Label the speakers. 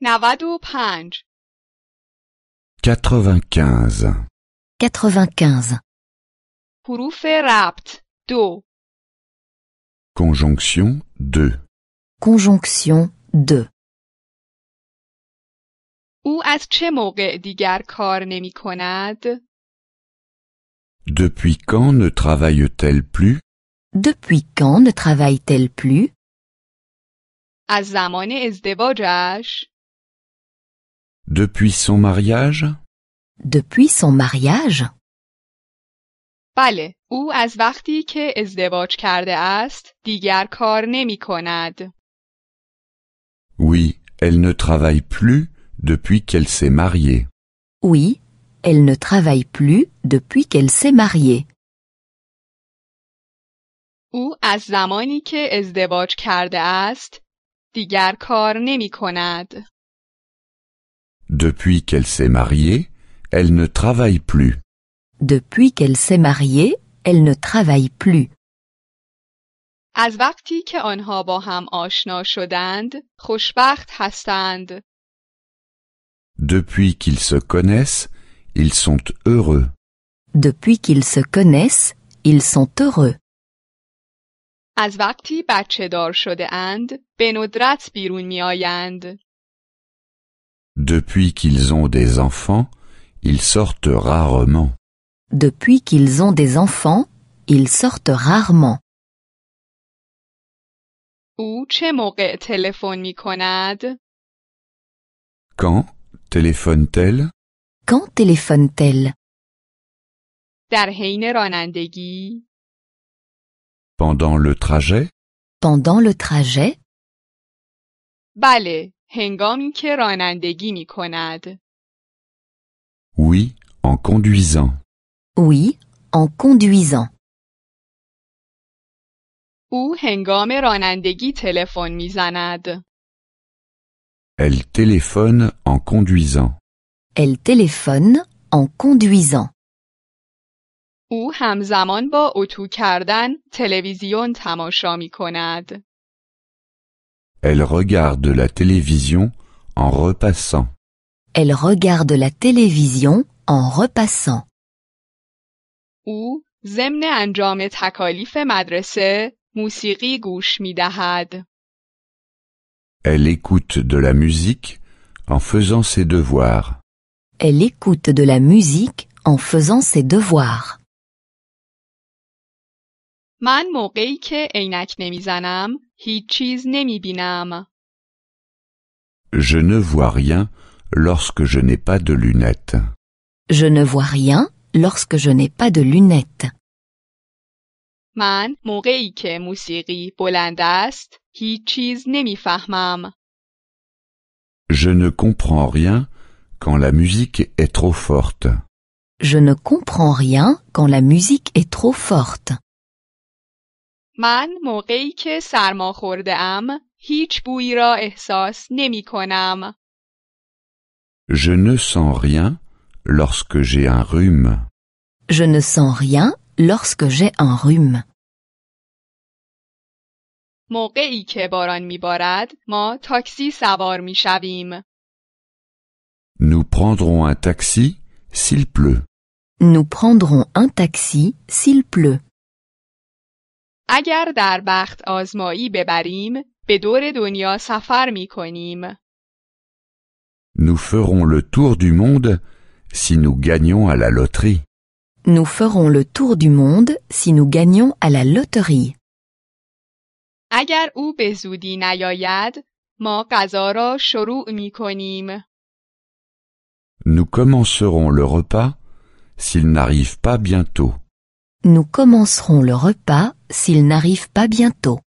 Speaker 1: نود و پنج
Speaker 2: 95.
Speaker 3: 95.
Speaker 1: حروف ربط دو
Speaker 2: Conjonction 2.
Speaker 3: Conjonction 2.
Speaker 1: او از چه موقع دیگر کار نمی کند؟
Speaker 2: Depuis quand ne travaille-t-elle plus
Speaker 3: Depuis quand ne travaille-t-elle plus
Speaker 1: از زمان ازدواجش
Speaker 2: Depuis son mariage
Speaker 3: Depuis son mariage
Speaker 1: بله او از وقتی که ازدواج کرده است دیگر کار نمی کند
Speaker 2: Oui, elle ne travaille plus depuis qu'elle s'est mariée.
Speaker 3: Oui, elle ne travaille plus depuis qu'elle s'est mariée.
Speaker 1: او از زمانی که ازدواج کرده است دیگر کار نمی کند
Speaker 2: Depuis qu'elle s'est mariée, elle ne travaille plus.
Speaker 3: Depuis qu'elle s'est mariée, elle ne travaille plus.
Speaker 1: از وقتی که آنها با هم آشنا شدند خوشبخت هستند
Speaker 2: Depuis qu'ils se connaissent, ils sont heureux.
Speaker 3: Depuis qu'ils se connaissent, ils sont heureux.
Speaker 1: از وقتی بچه دار شده اند به ندرت بیرون می آیند.
Speaker 2: Depuis qu'ils ont des enfants, ils sortent rarement.
Speaker 3: Depuis qu'ils ont des enfants, ils sortent rarement.
Speaker 1: او چه موقع تلفن می کند؟
Speaker 2: Quand téléphone-t-elle
Speaker 3: Quand téléphone-t-elle
Speaker 1: در حین رانندگی؟
Speaker 2: Pendant le trajet
Speaker 3: Pendant le trajet
Speaker 1: بله، هنگامی که رانندگی می کند.
Speaker 2: Oui, en conduisant.
Speaker 3: Oui, en conduisant.
Speaker 1: او هنگام رانندگی تلفن می زند.
Speaker 2: Elle téléphone en conduisant.
Speaker 3: Elle téléphone en conduisant.
Speaker 1: او همزمان با اتو کردن تلویزیون تماشا می کند.
Speaker 2: Elle regarde la télévision en repassant.
Speaker 3: Elle regarde la télévision en repassant.
Speaker 1: او ضمن انجام تکالیف مدرسه موسیقی گوش می دهد.
Speaker 2: Elle écoute de la musique en faisant ses devoirs.
Speaker 3: Elle écoute de la musique en faisant ses devoirs.
Speaker 1: من موقعی که عینک نمیزنم هیچ چیز نمیبینم.
Speaker 2: Je ne vois rien lorsque je n'ai pas de lunettes.
Speaker 3: Je ne vois rien lorsque je n'ai pas de lunettes.
Speaker 1: من موقعی که موسیقی بلند است هیچ چیز نمیفهمم.
Speaker 2: Je ne comprends rien quand la musique est trop forte.
Speaker 3: Je ne comprends rien quand la musique est trop forte.
Speaker 1: من موقعی که سرما خورده ام هیچ بویی را احساس نمی کنم.
Speaker 2: Je ne sens rien lorsque j'ai un rhume.
Speaker 3: Je ne sens rien lorsque j'ai un rhume.
Speaker 1: موقعی که باران میبارد ما تاکسی سوار می شویم.
Speaker 2: Nous prendrons un taxi s'il pleut.
Speaker 3: Nous prendrons un taxi s'il pleut.
Speaker 1: اگر در بخت آزمایی ببریم به دور دنیا سفر می کنیم.
Speaker 2: Nous ferons le tour du monde si nous gagnons à la loterie.
Speaker 3: Nous ferons le tour du monde si nous gagnons à la loterie.
Speaker 1: اگر او به زودی نیاید ما غذا را شروع می کنیم.
Speaker 2: Nous commencerons le repas s'il n'arrive pas bientôt.
Speaker 3: Nous commencerons le repas s'il n'arrive pas bientôt.